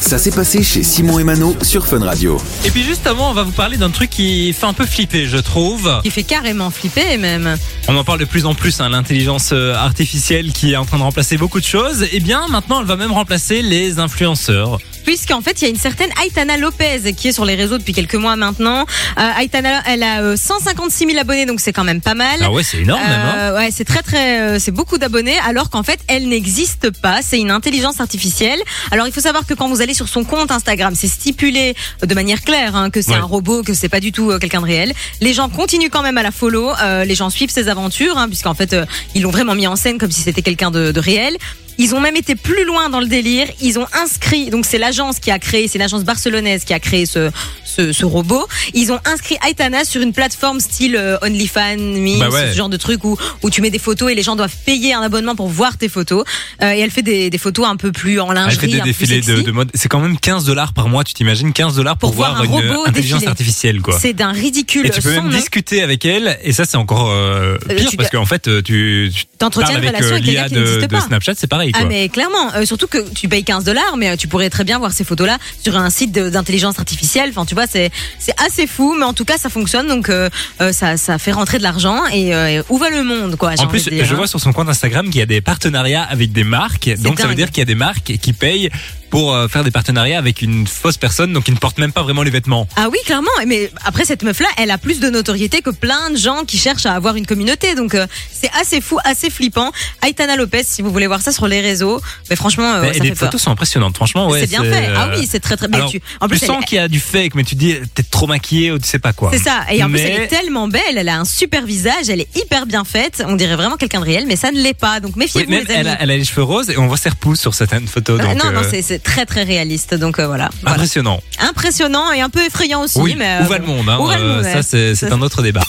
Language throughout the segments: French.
Ça s'est passé chez Simon et Mano sur Fun Radio. Et puis juste avant, on va vous parler d'un truc qui fait un peu flipper, je trouve. qui fait carrément flipper même. On en parle de plus en plus, hein, l'intelligence euh, artificielle qui est en train de remplacer beaucoup de choses. Et bien maintenant, elle va même remplacer les influenceurs. Puisqu'en fait, il y a une certaine Aitana Lopez qui est sur les réseaux depuis quelques mois maintenant. Euh, Aitana, elle a euh, 156 000 abonnés, donc c'est quand même pas mal. Ah ouais, c'est énorme même. hein. Euh, ouais, c'est très très, euh, c'est beaucoup d'abonnés, alors qu'en fait, elle n'existe pas. C'est une intelligence artificielle. Alors, il faut savoir que quand vous allez sur son compte Instagram, c'est stipulé euh, de manière claire hein, que c'est Ouais. un robot, que c'est pas du tout euh, quelqu'un de réel. Les gens continuent quand même à la follow. euh, les gens suivent ses aventures, hein, puisqu'en fait, euh, ils l'ont vraiment mis en scène comme si c'était quelqu'un de, de réel. Ils ont même été plus loin dans le délire. Ils ont inscrit, donc c'est l'agence qui a créé, c'est l'agence barcelonaise qui a créé ce, ce, ce robot. Ils ont inscrit Aitana sur une plateforme style euh, OnlyFans, Memes, Bah ouais. ce genre de truc où, où tu mets des photos et les gens doivent payer un abonnement pour voir tes photos. Euh, et elle fait des, des photos un peu plus en Elle lingerie, fait des un peu plus défilés de, sexy. de mode. C'est quand même 15 dollars par mois, tu t'imagines 15 dollars pour, Pour voir un une robot intelligence défiler. artificielle, quoi. C'est d'un ridicule Et tu peux sans même nom. discuter avec elle, et ça c'est encore euh, Euh, pire tu parce dois- qu'en fait euh, tu, tu T'entretiens parles une avec relation euh, avec quelqu'un l'IA qui de, n'existe de pas. Snapchat, c'est pareil quoi. Ah mais clairement, euh, surtout que tu payes 15 dollars, mais euh, tu pourrais très bien voir ces photos-là sur un site de- d'intelligence artificielle. Enfin, tu vois, c'est c'est assez fou, mais en tout cas, ça fonctionne, donc euh, euh, ça ça fait rentrer de l'argent et, euh, et où va le monde, quoi j'ai En envie plus, de dire, je hein. vois sur son compte Instagram qu'il y a des partenariats avec des marques. Donc ça veut dingue. dire qu'il y a des marques qui payent pour euh, faire des partenariats avec une fausse personne, donc qui ne porte même pas vraiment les vêtements. Ah oui, clairement. Mais après, cette meuf-là, elle a plus de notoriété que plein de gens qui cherchent à avoir une communauté. Donc, euh, c'est assez fou, assez flippant. Aitana Lopez, si vous voulez voir ça sur les réseaux. Mais franchement, euh, Mais- et ça les fait peur. photos sont impressionnantes, franchement. Ouais, c'est bien fait. Ah euh, oui, c'est très très bien. alors, Tu... En plus, tu elle sens est- qu'il y a du fake, mais tu te dis euh, peut-être trop maquillée ou tu sais pas quoi. c'est ça. Et en plus, Mais- elle est tellement belle. Elle a un super visage. Elle est hyper bien faite. On dirait vraiment quelqu'un de réel, mais ça ne l'est pas. Donc, Oui, méfiez-vous, même les elle, amis. a, elle a les cheveux roses et on voit ses repousses sur certaines photos. Euh, donc, non, non, euh, c'est- c'est très très réaliste. Donc euh, voilà. Voilà. impressionnant. Impressionnant et un peu effrayant aussi. Oui, mais, euh, où va le bon. monde, hein, Où va le euh, monde, Ça, ouais. c'est c'est un autre débat.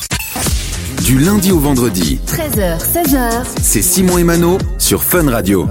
Du lundi au vendredi, 13h, 16h, c'est Simon et Mano sur Fun Radio.